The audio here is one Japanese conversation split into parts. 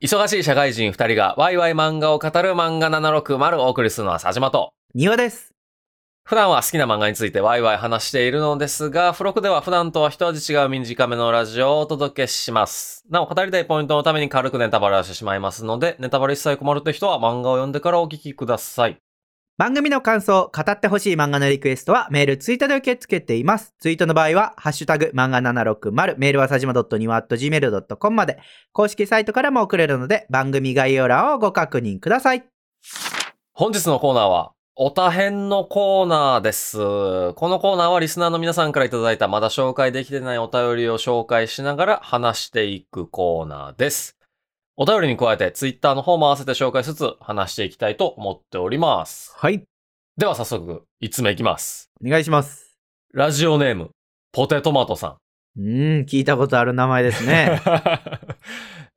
忙しい社会人二人がワイワイ漫画を語る漫画760をお送りするのは佐島と。庭です。普段は好きな漫画についてワイワイ話しているのですが、付録では普段とは一味違う短めのラジオをお届けします。なお、語りたいポイントのために軽くネタバレをしてしまいますので、ネタバレ一切困るという人は漫画を読んでからお聞きください。番組の感想、語ってほしい漫画のリクエストはメール、ツイートで受け付けています。ツイートの場合は、ハッシュタグ、漫画760、メールはさじま .niwa.gmail.com まで、公式サイトからも送れるので、番組概要欄をご確認ください。本日のコーナーは、おたへんのコーナーです。このコーナーはリスナーの皆さんからいただいたまだ紹介できてないお便りを紹介しながら話していくコーナーです。お便りに加えて Twitter の方も合わせて紹介しつつ話していきたいと思っております。はい。では早速、5つ目いきます。お願いします。ラジオネーム、ポテトマトさうーん、聞いたことある名前です ん。ね。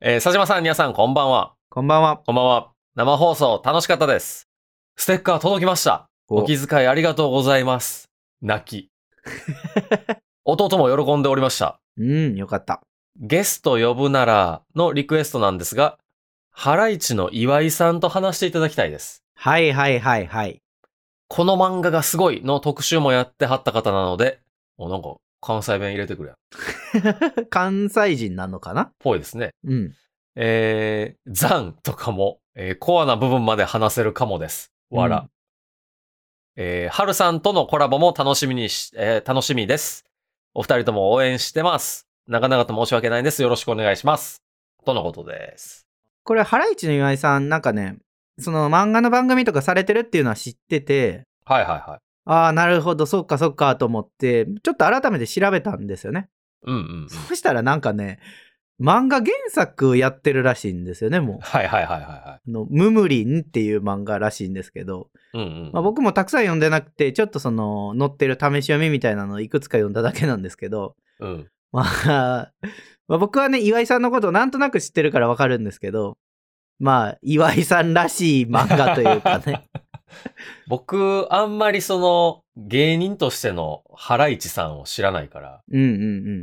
えー、佐島さん、皆さんこんばんは。こんばんは。こんばんは。生放送楽しかったです。ステッカー届きました。お気遣いありがとうございます。泣き。 弟も喜んでおりました。うん、よかった。ゲスト呼ぶならのリクエストなんですが、ハライチの岩井さんと話していただきたいです。はいはいはい はい。この漫画がすごいの特集もやってはった方なので、おなんか関西弁入れてくれ。関西人なのかなぽいですね。うん。えー、ザンとかも、えーコアな部分まで話せるかもです。わら。うんえー、はるさんとのコラボも楽しみにし、えー楽しみです。お二人とも応援してます。長々と申し訳ないです。よろしくお願いします。とのことです。これ、ハライチの岩井さん、なんかね、その漫画の番組とかされてるっていうのは知ってて、はいはいはい。ああ、なるほど、そっかそっかと思って、ちょっと改めて調べたんですよね。うんうんうん。そしたらなんかね、漫画原作やってるらしいんですよね、もはいはいはいはいはう。あのムムリンっていう漫画らしいんですけど、い。うんうん。まあ、僕もたくさん読んでなくて、ちょっとその、載ってる試し読みみたいなのをいくつか読んだだけなんですけど、うん。まあ、 まあ僕はね、岩井さんのことをなんとなく知ってるからわかるんですけど、まあ、岩井さんらしい漫画というか ね。僕、あんまりその、芸人としてのハライチさんを知らないから、うんうんう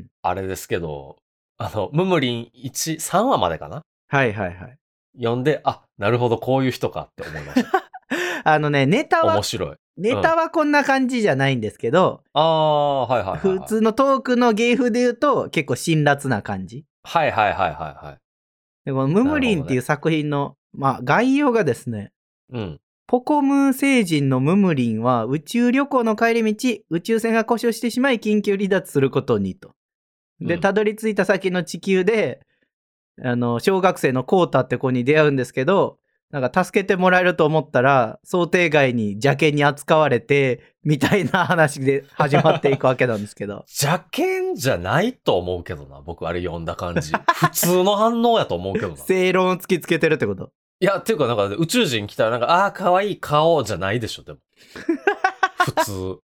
ん。あれですけど、あの、ムムリン1、3話までかなはいはいはい。読んで、あ、なるほど、こういう人かって思いま した。あのね、ネタは面白い。ネタはこんな感じじゃないんですけど、ああ、はいはいはい、はい。普。通のトークの芸風で言うと結構辛辣な感じ。はいはいはいはいはい。でこのムムリンなるほっていどねう作品の、まあ概要がですね、うん。ポコムー星人のムムリンは宇宙旅行の帰り道、宇宙船が故障してしまい緊急離脱することにと。うで、んたどり着いた先の地球で、あの、小学生のコータって子に出会うんですけど、なんか助けてもらえると思ったら、想定外に邪険に扱われて、みたいな話で始まっていくわけなんですけど。 邪険じゃないと思うけどな、僕あれ読んだ 感じ。普通の反応やと思うけどな。い正論を突きつけてるってことや、っていうかなんか宇宙人来たらなんか、ああー、可愛い顔じゃないでしょ、 でも。普通。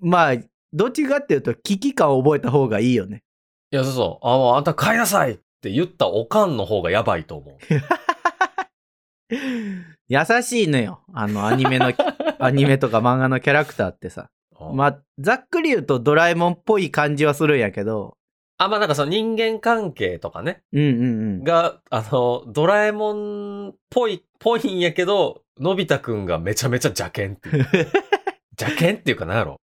まあどっちかっていうと危機感を覚えた方がいいよねいや、そうそう。あ、もうあんた帰りなさいって言ったおかんの方がやばいと思う。 優しいのよあのアニ メのアニメとか漫画のキャラクターってさまあざっくり言うとドラえもんっぽい感じはするんやけどあ、まあなんかその人間関係とかね。うんうんうんが、あの、ドラえもんっぽい、ぽいんやけど、のび太くんがめちゃめちゃ邪険って いう。邪険っていうかなんやろ。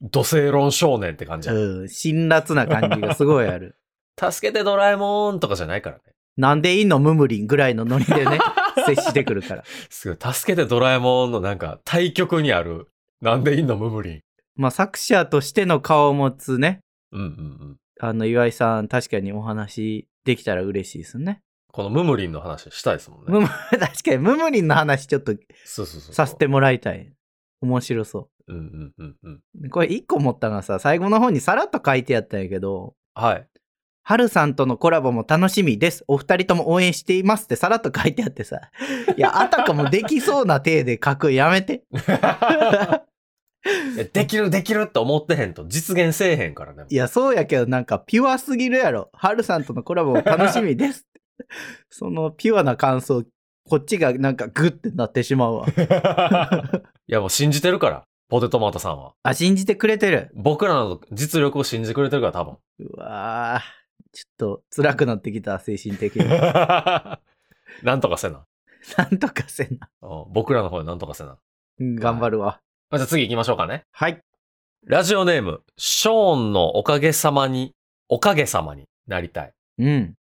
土星論少年って感じや、うん辛辣な感じがすごいあ る助けてドラえもんとかじゃないからね。なんでいいのムムリンぐらいのノリ でね 接してくるからすごい。助けてドラえもんのなんか対極にある、なんでいいのムムリン。まあ作者としての顔を持つねうんうんうん。あの岩井さん確かにお話できたら嬉しいですねこのムムリンの話したいですもんムね。ム 確かにムムリンの話ちょっとそうそうそう。させて。もらいたい。面白そうんうんうんうん。う。これ一個思ったのがさ、最後の方にさらっと書いてあったんやけど、 はい。はるさんとのコラボも楽しみです。お二人とも応援していますってさらっと書いてあってさ。いや、あたかもできそうな体で書くんやめて。いやできるできるって思ってへんと実現せえへんからね。いや、そうやけどなんかピュアすぎるやろ。はるさんとのコラボも楽しみですって。そのピュアな感想、こっちがなんかグッてなってしまうわ。いやもう信じてるから、ポテトマトさんは。あ、信じてくれてる。僕らの実力を信じてくれてるから多分。うわぁ。ちょっと辛くなってきた、精神的 に。 なんとかせな。なんとかせな。うん僕らの方でなんとかせな。うん頑張るわ。じゃあ次行きましょうかね。はい。ラジオネーム、ショーンのおかげさまに、おかげさまになりたい。うん。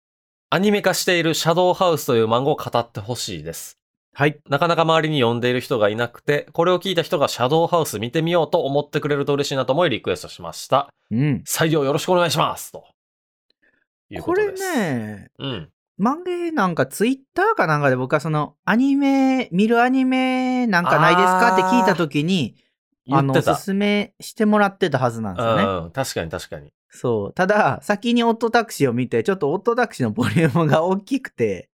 アニメ化しているシャドウハウスという漫画を語ってほしいです。はい。なかなか周りに呼んでいる人がいなくて、これを聞いた人がシャドウハウス見てみようと思ってくれると嬉しいなと思いリクエストしました。うん。採用よろしくお願いしますと。いうこことれです。。ね、うん。漫画なんかツイッターかなんかで僕はそのアニメ、見るアニメなんかないですかって聞いたときに、あ言っの、おてた。すすめしてもらってたはずなんですよね。うん、確かに確かに。そう。ただ、先にオットタクシーを見て、ちょっとオットタクシーのボリュームが大きくて、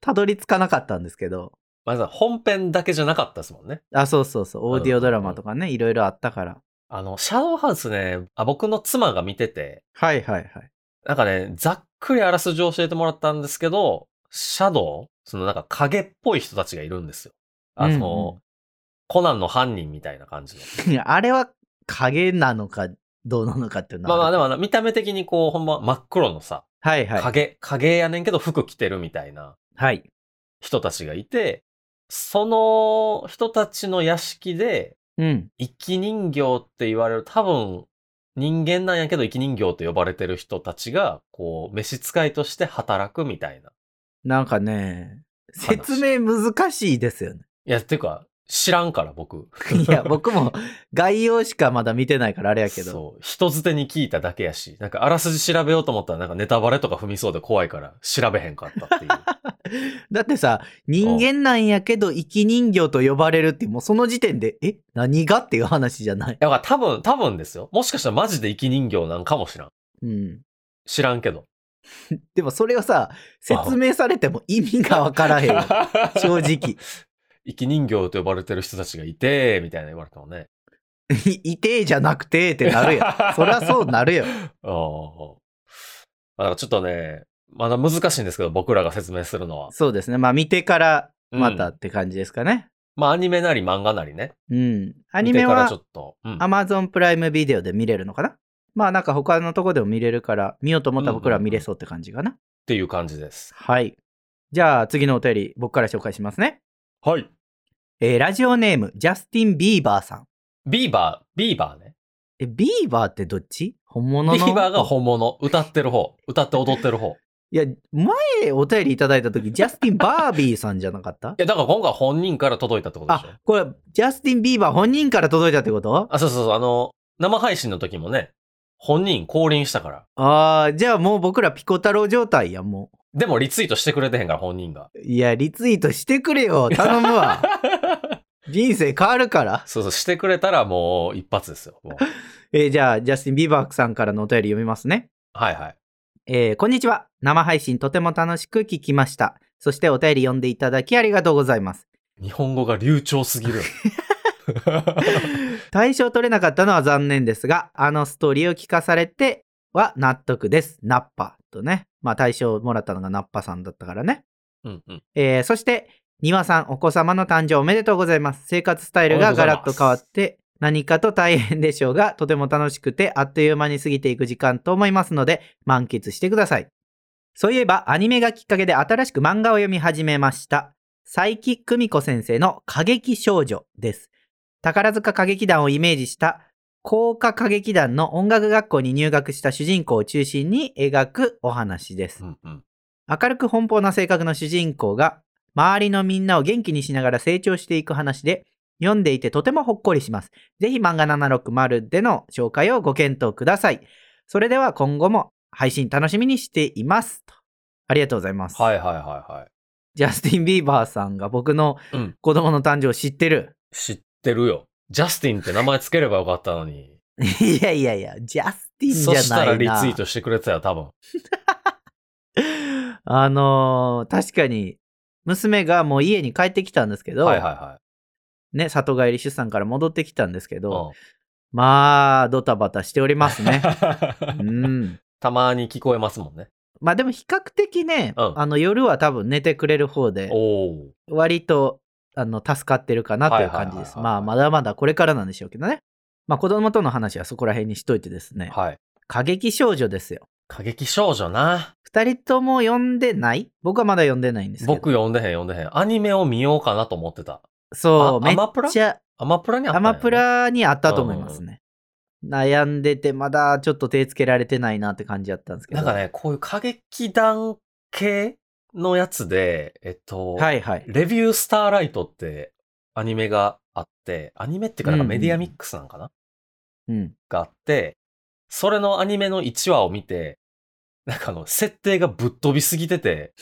たどり着かなかったんですけど。まず本編だけじゃなかったですもんね。あ、そうそうそう。オーディオドラマとかね、いろいろあったから。あの、シャドウハウスね、あ僕の妻が見てて、はいはいはい。なんかね、ざっくりあらすじを教えてもらったんですけど、シャドウそのなんか影っぽい人たちがいるんですよ。あの、うんうんコナンの犯人みたいな感じの。あれは影なのか、どうなのかっていうのまあまあでも。もあの見た目的にこうほんま真っ黒のさ、はいはい。影、影やねんけど服着てるみたいなはい。人たちがいて、その人たちの屋敷でうん。生き人形って言われる、多分人間なんやけど生き人形と呼ばれてる人たちが、こう、召使いとして働くみたいな。なんかね、話説明難しいですよね。いや、っていうか、知らんから僕。 いや、僕も概要しかまだ見てないからあれやけ ど。そう。人づてに聞いただけやし、なんかあらすじ調べようと思ったらなんかネタバレとか踏みそうで怖いから調べへんかった っていう。だってさ、人間なんやけど生き人形と呼ばれるって、もうその時点で、え何がっていう話じゃない。だから多分、多分ですよ。もしかしたらマジで生き人形なんかもしらん。うん。知らんけど。でもそれをさ、説明されても意味がわから へん。正直。 生き人形と呼ばれてる人たちがいて、みたいな言われてもね。いいてえじゃなくてってなるやん。そりゃそう なるよ。あーあ。だからちょっとね、まだ難しいんですけど、僕らが説明するのは。そうですね。まあ見てからまたうんって感じですかね。まあアニメなり漫画なりね。うん。アニメ見てからはちょっと。うん Amazon プライムビデオで見れるのかなまあなんか他のとこでも見れるから、見ようと思ったら僕らは見れそうって感じかな。っていう感じです。はい。じゃあ次のお便り、僕から紹介しますね。はい。えーラジオネーム、ジャスティン・ビーバーさん。ビーバー、ビーバーね。え、ビーバーってどっち本ビ物のーバーが本物。歌ってる方。歌って踊ってる 方。いいや、前お便りいただいた 時、ジャスティン・バービーさんじゃなかったや、だから今回本人から届いたってことでしょあ、これ、ジャスティン・ビーバー本人から届いたってことあ、そうそうそう。あの、生配信の時もね、本人降臨したから。ああ、じゃあもう僕らピコ太郎状態やん、もでもリツイートしてくれてへんから、本人が。 う。いや、リツイートしてくれよ、頼むわ。人生変わるから。そうそう、してくれたらもう一発です よ。もうえーじゃあ、ジャスティン・ビーバーさんからのお便り読みますね。はいはい。えーこんにちは。生配信とても楽しく聞きました。そしてお便り読んでいただきありがとうございます。日本語が流暢すぎ る。対象取れなかったのは残念ですが、あのストーリーを聞かされては納得です。ナッパとね。まあ対象もらったのがナッパさんだったからね。うんうん。えーそして、庭さん、お子様の誕生おめでとうございます。生活スタイルがガラッと変わって、何かと大変でしょうが、とても楽しくて、あっという間に過ぎていく時間と思いますので、満喫してください。そういえば、アニメがきっかけで新しく漫画を読み始めました。佐伯久美子先生の過激少女です。宝塚歌劇団をイメージした、高歌歌劇団の音楽学校に入学した主人公を中心に描くお話ですう。んうん。明るく奔放な性格の主人公が周りのみんなを元気にしながら成長していく話で読んでいてとてもほっこりします。ぜひ漫画760での紹介をご検討ください。それでは今後も配信楽しみにしています。とありがとうございます。はいはいはいはジャスティン・ビーバーさんが僕のい。うん。子供の誕生を知ってる。 知ってるよ。ジャスティンって名前つければよかったのに。いやいやいや、ジャスティンじそゃないな。したらリツイートしてくれてたよ、多分。あのー確かに娘がもう家に帰ってきたんですけど、はいはいはい。ね、里帰り出産から戻ってきたんですけうんど、まあ、ドタバタしておりま すね。うん。たまに聞こえますもんね。まあでも比較的ね、うんあの夜は多分寝てくれる方で、おお。割とあの助かってるかなといはいうはいはい感はいじです。まあまだまだこれからなんでしょうけどね。まあ子供との話はそこら辺にしといてですね、はい。過激少女ですよ。過激少女な。二人とも読んでない僕はまだ読んでないんですけど。僕読んでへん読んでへん。アニメを見ようかなと思ってた。そう、あめっアマプラちゃ、アマプラにあったアんやねマプラにあったと思いますね。悩んでて、まだちょっと手つけられてないなって感じだったんですけなど。んかね、こういう過激団系のやつで、えっと、はいはい。レビュースターライトってアニメがあって、アニメっていうかなんかメディアミックスなんかな、うん。があって、それのアニメの1話を見て、なんかあの、設定がぶっ飛びすぎてて、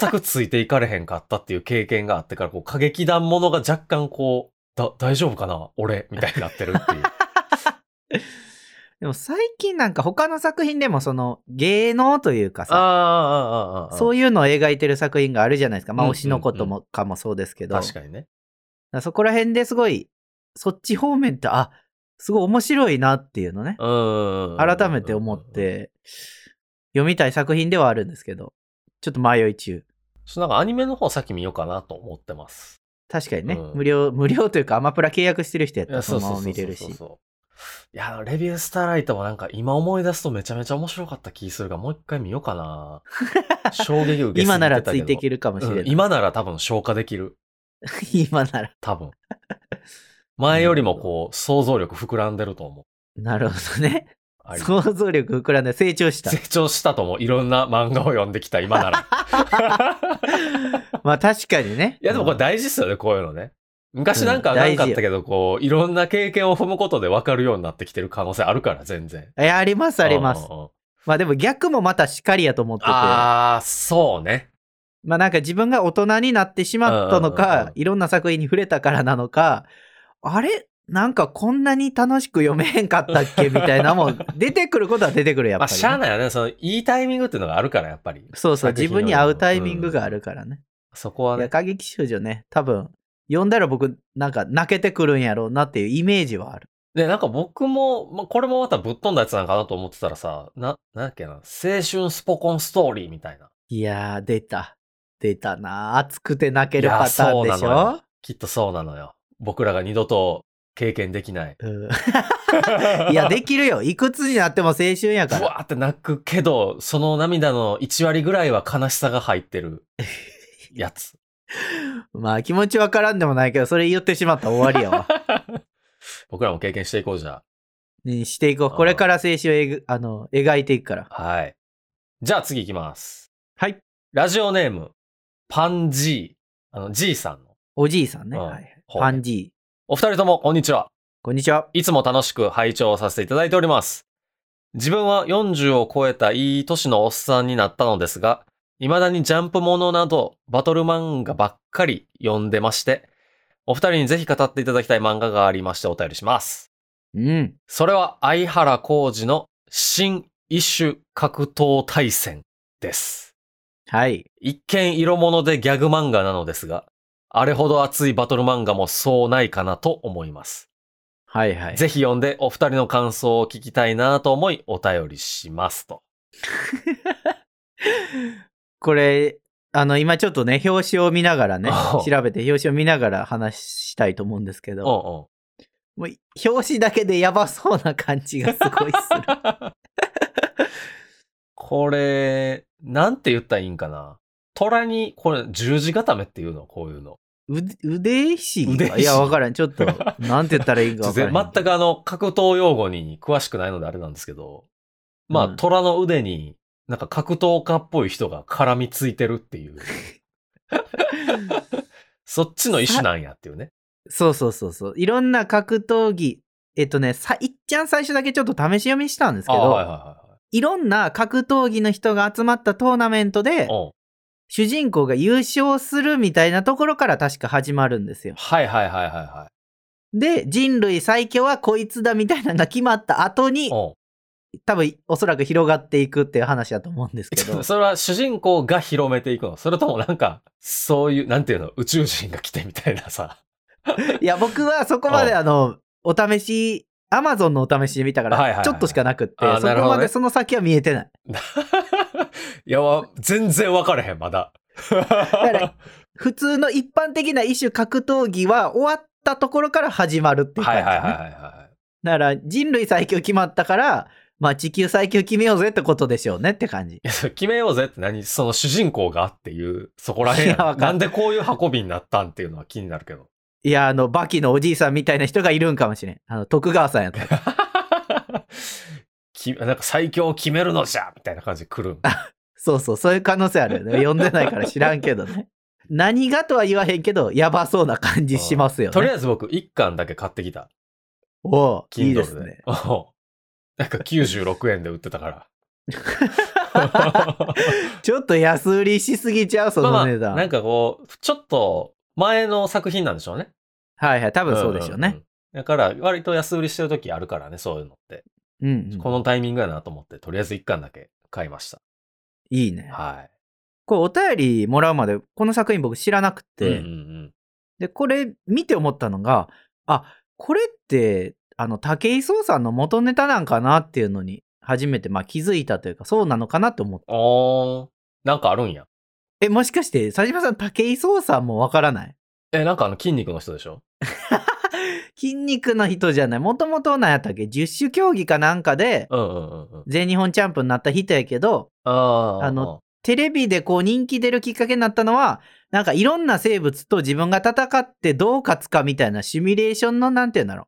全くついていかれへんかったっていう経験があってから、こう、過激団ものが若干こう、だ、大丈夫かな俺みたいになってるっていう。 でも最近なんか他の作品でもその芸能というかああ、さ、ああ、ああ。そういうのを描いてる作品があるじゃないですか。まあうん推しのこともかもそうですけど。確かにね。だからそこら辺ですごい、そっち方面って、あ、すごい面白いなっていうのね。うんうんうんうん。改めて思って、読みたい作品ではあるんですけど、ちょっと迷いち中。ょっとなんかアニメの方さっき見ようかなと思ってます。確かにね、うん無料、無料というかアマプラ契約してる人やいったらやそのまま見れるし。そういや、レビュースターライトもなんか今思い出すとめちゃめちゃ面白かった気するが、もう一回見ようか な。衝撃受けすぎてたけど。今ならついていけるるかもしれない。今なら多分消化できる。 今なら。多分。前よりもこう、想像力膨らんでると思う。なるほどね。あり想像力膨らんで成 長した成。長したと思う。いろんな漫画を読んできた今な ら。まあ確かにね。いやでもこれうん大事っすよね、こういうのね。昔なんかうんあかんかっ大事たけど、こう、いろんな経験を踏むことで分かるようになってきてる可能性あるから、全然。いや、ありますありますうん。うんうんまあでも逆もまたしかりやと思ってて。あー、そうね。まあなんか自分が大人になってしまっうたのんうんうんかうん、いろんな作品に触れたからなのか、あれなんかこんなに楽しく読めへんかったっけみたいなもん、出てくることは出てくるやっまあ、ぱりしゃあなね、いよね。その、いいタイミングっていうのがあるから、やっぱり。そうそう、作品自の分に合うタイミングがあるからね。そこはいや、ね。過激少女ね、多分、読んだら僕、なんか泣けてくるんやろうなっていうイメージはある。で、なんか僕も、まあ、これもまたぶっ飛んだやつなんかなと思ってたらさ、な、なんだっけな、青春スポコンストーリーみたいな。いやー、出た。出たな熱くて泣けるいやパターンでしそうなのょよきっとそうなのよ。僕らが二度と経験できない。 うんいや、できるよ。いくつになっても青春やかぶら。わーって泣くけど、その涙の1割ぐらいは悲しさが入って るやつ。 まあ気持ちわからんでもないけど、それ言ってしまったら終わりや わ。僕らも経験していこうじゃにしていこう。あーこれから青春をえぐあの描いていくから。あ。はい。じゃあ次行きます。はい。ラジオネーム、パンジー、あの、G さんの。おじいさんね。うんはいはいほうパンジー。お二人とも、こんにちは。こんにちは。いつも楽しく拝聴させていただいております。自分は40を超えたいい年のおっさんになったのですが、未だにジャンプものなどバトル漫画ばっかり読んでまして、お二人にぜひ語っていただきたい漫画がありましてお便りします。うん。それは相原浩二の新一種格闘対戦です。はい。一見色物でギャグ漫画なのですが、あれほど熱いバトル漫画もそうないかなと思います。はいはい。ぜひ読んでお二人の感想を聞きたいなと思いお便りしますと。これ、あの、今ちょっとね、表紙を見ながらね、おう調べて表紙を見ながら話したいと思うんですけうど、んうん。もう表紙だけでやばそうな感じがすごいする。これ、なんて言ったらいいんかな。虎に、これ十字固めっていうのこういうの。腕腕ひしぎ腕ひしかぎいや、わからん。ちょ っと、なんて言ったらいいかわからん。全くあの、格闘用語に詳しくないのであれなんですけど、まあ、うん虎の腕に、なんか格闘家っぽい人が絡みついてるって いう。そっちの意種なんやっていうね。そうそうそうそう。いろんな格闘技。えっとね、さ、いっちゃん最初だけちょっと試し読みしたんですけあど、、あはいはいはいはいろんな格闘技の人が集まったトーナメントでい。、うん主人公が優勝するみたいなところから確か始まるんですよ。はいはいはいはいはで、人類最強はこいつだみたいなのが決まった後にい。、うん、多分おそらく広がっていくっていう話だと思うんですけど それは主人公が広めていくのそれともなんか、そういう、なんていうの、宇宙人が来てみたいなさ。 いや、僕はそこまでうんあの、お試し、アマゾンのお試しで見たかはいはいはら、いちょっとしかなくって、あーそなるこほどまねでその先は見えてない。いや、わ全然分からへん、まだ。 ら普通の一般的な一種格闘技は終わったところから始まるっていう感はいじ、ね。はいはいはいはい。だから人類最強決まったから、まあ、地球最強決めようぜってことでしょうねって感じ。いや、それ決めようぜって何その主人公がっていう、そこら辺やんいやわかんなないんでこういう運びになったんっていうのは気になるけど。 いや、あの、バキのおじいさんみたいな人がいるんかもしれん。あの、徳川さん やったら。きなんか最強を決めるのじゃみたいな感じで来るん。そうそう、そういう可能性あるよね。読んでないから知らんけ どね。何がとは言わへんけど、やばそうな感じしますよとりね。あえず僕、1巻だけ買ってきた。おう Kindle いいですね。おうなんか96円で売ってたから。ちょっと安売りしすぎちゃう、 そまあまのあ、値段。なんかこう、ちょっと前の作品なんでしょうね。はいはい、多分そうでしょうね。んんん。だから、割と安売りしてる時あるからね、そういうのって。うん、うんこのタイミングやなと思って、とりあえず1巻だけ買いました。いいね。はこれお便りもらうまで、この作品僕知らなくい。て、うんうんで、これ見て思ったのが、あ、これって、あの、武井壮さんの元ネタなんかなっていうのに、初めて、まあ気づいたというか、そうなのかなって思った。うん。おー、なんかあるんや。え、もしかして、佐島さん、武井壮さんもわからないえ、なんかあの筋肉の人でしょ筋肉の人じゃない。もともと何やったっけ十種競技かなんかで、うんうんうんうん。全日本チャンプになった人やけど、あーあの、テレビでこう人気出るきっかけになったのは、なんかいろんな生物と自分が戦ってどう勝つかみたいなシミュレーションのなんて言うんだろう。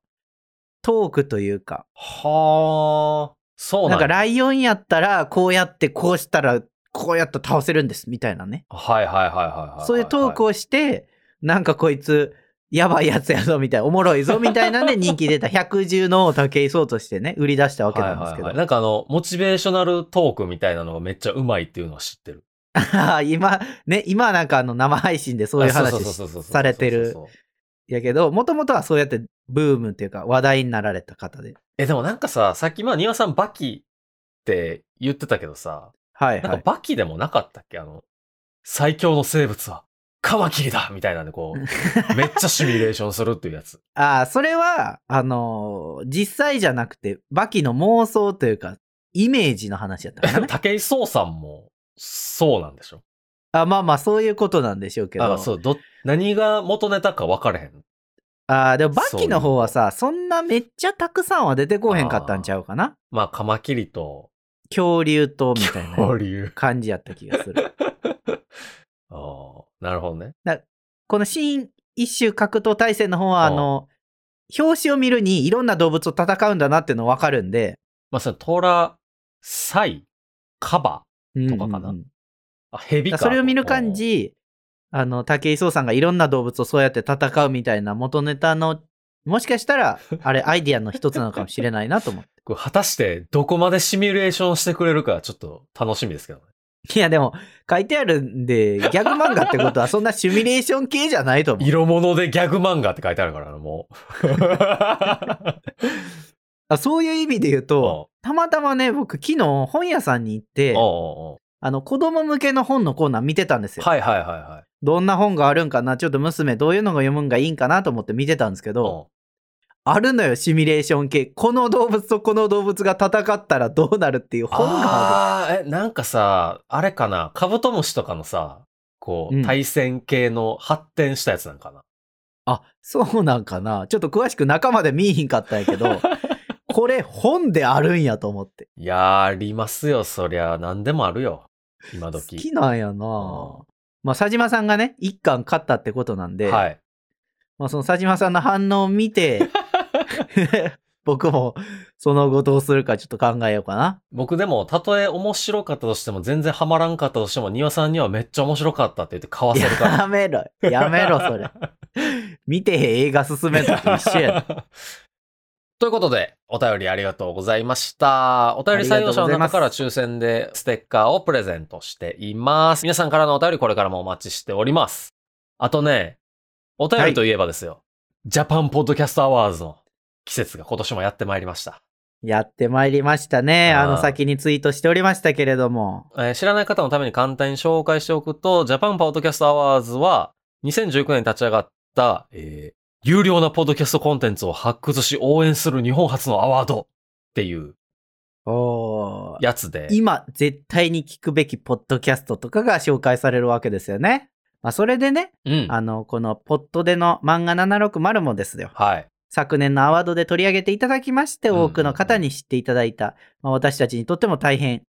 トークというか。はあ、そうななんんかだ。ライオンやったらこうやってこうしたらこうやって倒せるんですみたいなね。はいはいはいはいはいはい。そういうトークをして、なんかこいつやばいやつやぞみたいな、おもろいぞみたいなんで人 気出た百獣の王を武井壮としてね、売り出したわけなんですはいけどはいはい。なんかあの、モチベーショナルトークみたいなのがめっちゃうまいっていうのは知ってる。あー 今、ね、今はなんかあの生配信でそういう話しされてる。やけど、もともとはそうやってブームっていうか話題になられた方で。え、でもなんかさ、さっきまあ、庭さんバキって言ってたけどさ、はいなんはかい。バキでもなかったっけあの、最強の生物はカマキリだみたいなんでこう、 めっちゃシミュレーションするっていうやつ。ああ、それは、あのー実際じゃなくて、バキの妄想というか、イメージの話やった かな。武井壮さんもそうなんでしょあまあまあ、そういうことなんでしょうけど。あそう、ど、何が元ネタか分かれへん。あーでもバキの方はさ、そんなめっちゃたくさんは出てこうへんかったんちゃうかな。まあ、カマキリと恐竜と、みたい恐な竜。感じやった気がす る。ああ、なるほどね。この新一種格闘対戦の方は、あの、表紙を見るにいろんな動物と戦うんだなっていうの分かるんで、まあ、その、トラ、サイ、カバ、とかかなうんうんうんあ、ヘビだか。からそれを見る感じ、あの、武井壮さんがいろんな動物をそうやって戦うみたいな元ネタの、もしかしたら、あ れ、アイディアの一つなのかもしれないなと思っこう。果たして、どこまでシミュレーションしてくれるか、ちょっと楽しみですけどね。て。いや、でも、書いてあるんで、ギャグ漫画ってこと は、そんなシミュレーション系じゃないと思う。色物でギャグ漫画って書いてあるからな、もう。あ そういう意味で言う と、たまたまね、僕、昨日、本屋さんに行って、おうおうおうあの、子供向けの本のコーナー見てたんですよ。はいはいはいはい。どんな本があるんかな、ちょっと娘、どういうのが読むんがいいんかなと思って見てたんですけど、おうあるのよ、シミュレーション系。この動物とこの動物が戦ったらどうなるっていう本がある。あーえ、なんかさ、あれかな、カブトムシとかのさ、こうんう、対戦系の発展したやつなんかな。あ、そうなんかな。ちょっと詳しく中まで見えひんかったんやけ ど、これ本であるんやと思って。いやー、ありますよ、そりゃ。何でもあるよ。今好時。きなんやなまあ、佐島さんがね、一巻買ったってことなんで、はい。まあ、その佐島さんの反応を 見て、僕もその後どうするかちょっと考えようかな。僕でも、たとえ面白かったとしても、全然ハマらんかったとしても、庭さんにはめっちゃ面白かったって言って買わせるから。やめろ。やめろ、それ。見てへん映画進めたと一緒やで。ということで、お便りありがとうございました。お便り採用者の中から抽選でステッカーをプレゼントしています。皆さんからのお便りこれからもお待ちしております。あとね、お便りといえばですよ、ジャパンポッドキャストアワーズの季節が今年もやってまいりました。やってまいりましたね。ああーの先にツイートしておりましたけれども。えー知らない方のために簡単に紹介しておくと、ジャパンポッドキャストアワーズは、2019年に立ち上がった、えー有料なポッドキャストコンテンツを発掘し応援する日本初のアワードっていうおーやつで、今、絶対に聞くべきポッドキャストとかが紹介されるわけですよね。まあ、それでね、うん。あの、このポッドでの漫画760もですよ。はい。昨年のアワードで取り上げていただきまして、うん多くの方に知っていただいた、まあ、私たちにとっても大変、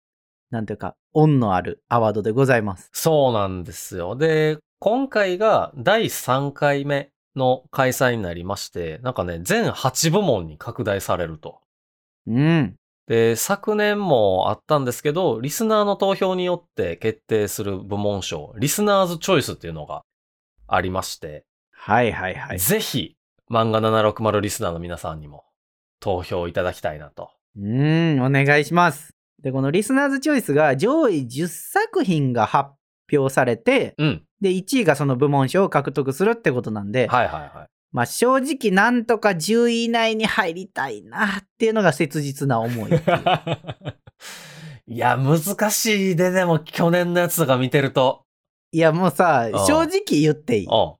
なんというか、恩のあるアワードでございます。そうなんですよ。で、今回が第3回目の開催になりまして、なんかね、全8部門に拡大されると。うん。で、昨年もあったんですけど、リスナーの投票によって決定する部門賞、リスナーズチョイスっていうのがありまして、はいはいはい。ぜひ、漫画760リスナーの皆さんにも投票いただきたいなと。うん、お願いします。で、このリスナーズチョイスが上位10作品が発表されて、うん。で、1位がその部門賞を獲得するってことなんで、はいはいはい。まあ正直なんとか10位以内に入りたいなっていうのが切実な思い。 いや、難しいで、でも去年のやつとか見てると。いやもうさあ、あ正直言っていい。うん。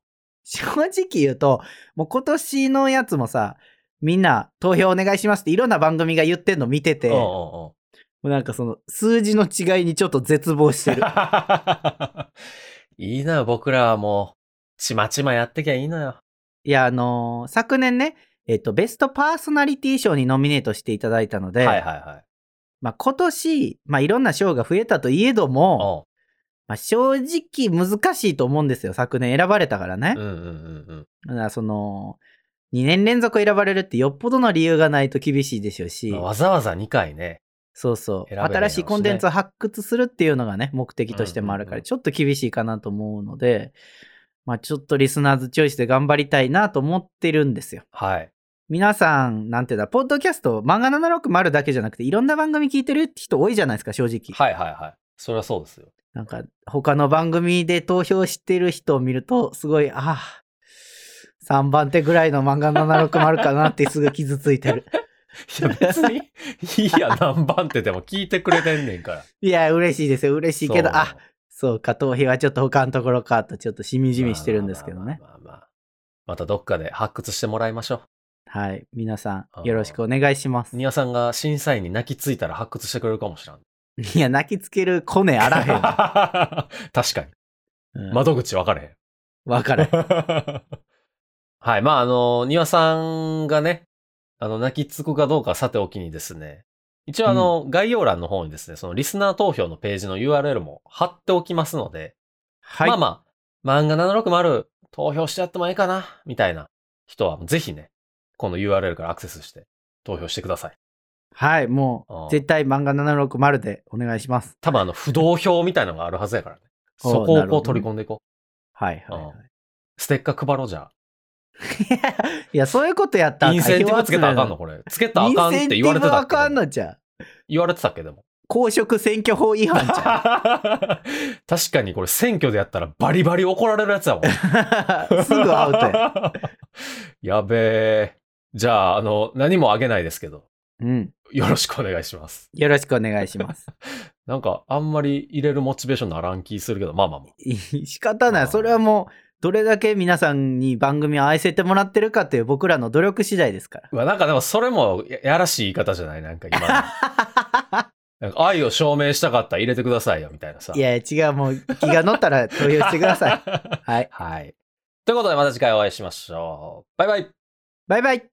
正直言うと、もう今年のやつもさ、みんな投票お願いしますっていろんな番組が言ってんの見てて、うんうんもうん。うなんかその数字の違いにちょっと絶望してる。 いいのよ、僕らはもう、ちまちまやってきゃいいのよ。いや、あのー昨年ね、えっと、ベストパーソナリティ賞にノミネートしていただいたので、はいはいはい。まあ今年、まあいろんな賞が増えたといえども、うまあ、正直難しいと思うんですよ昨年選ばれたからねん。う、んうんうんうん。だからその2年連続選ばれるってよっぽどの理由がないと厳しいでしょうし、わざわざ2回ね。そうそ選う、べないだろう新しねしいコンテンツを発掘するっていうのがね目的としてもあるかうんうんうらんちょっと厳しいかなと思うので、まあ、ちょっとリスナーズチョイスで頑張りたいなと思ってるんですよはい。皆さんなんていうんだポッドキャスト漫画760だけじゃなくていろんな番組聞いてる人多いじゃないですか正直、はいはいはい。それはそうですよ。なんか他の番組で投票してる人を見るとすごいああ3番手ぐらいの漫画760かなってすぐ傷つい てるいや別に、いいや、 何番手でも聞いてくれてんねんから。いや嬉しいですよ嬉しいけどそうあそうか投票はちょっと他のところかとちょっとしみじみしてるんですけどねまあまあまあまあまたどっかで発掘してもらいましょはい皆さあんよろしくお願いしますう。ニワさんが審査員に泣きついたら発掘してくれるかもしれん。いや泣きつけるコネあらへん 確かに。うん、窓口分かれへん。わからへんはい。まあ、あの、庭さんがね、あの、泣きつくかどうかはさておきにですね、一応あの、概要欄の方にですね、そのリスナー投票のページの URL も貼っておきますので、はい、まあまあ、漫画760投票してやってもええかな、みたいな人は、ぜひね、この URL からアクセスして投票してください。はいもああう絶対漫画760でお願いします多分あ の、不動票みたいなのがあるはずやからね。おうそこなをるこほうど取り込んでいこはいはい、はあいう。ステッカー配ろうじゃいやそういうことやったあ。らインセンティブつけたらあかんの投票集めるこれ。つけたらあかんって言われてインセンティブたはあっけかんでものじゃん言われてたっけでも。公職選挙法違反じゃん 確かにこれ選挙でやったらバリバリ怒られるやつやもん。 すぐアウトや。や。 やべえ。じゃあ、あの、何もあげないですけど、うん。よろしくお願いします。よろしくお願いします。なんか、あんまり入れるモチベーションならん気するけど、まあまあまあ。仕方なあい。ーそれはもう、どれだけ皆さんに番組を愛せてもらってるかという僕らの努力次第ですから。うわなんかでもそれもややらしい言い方じゃないなんか今 の。なんか愛を証明したかったら入れてくださいよ、みたいなさ。いやいや違う、もう気が乗ったら投票してく ださい。い。はい。はい。ということでまた次回お会いしましょう。バイバイ。バイバイ。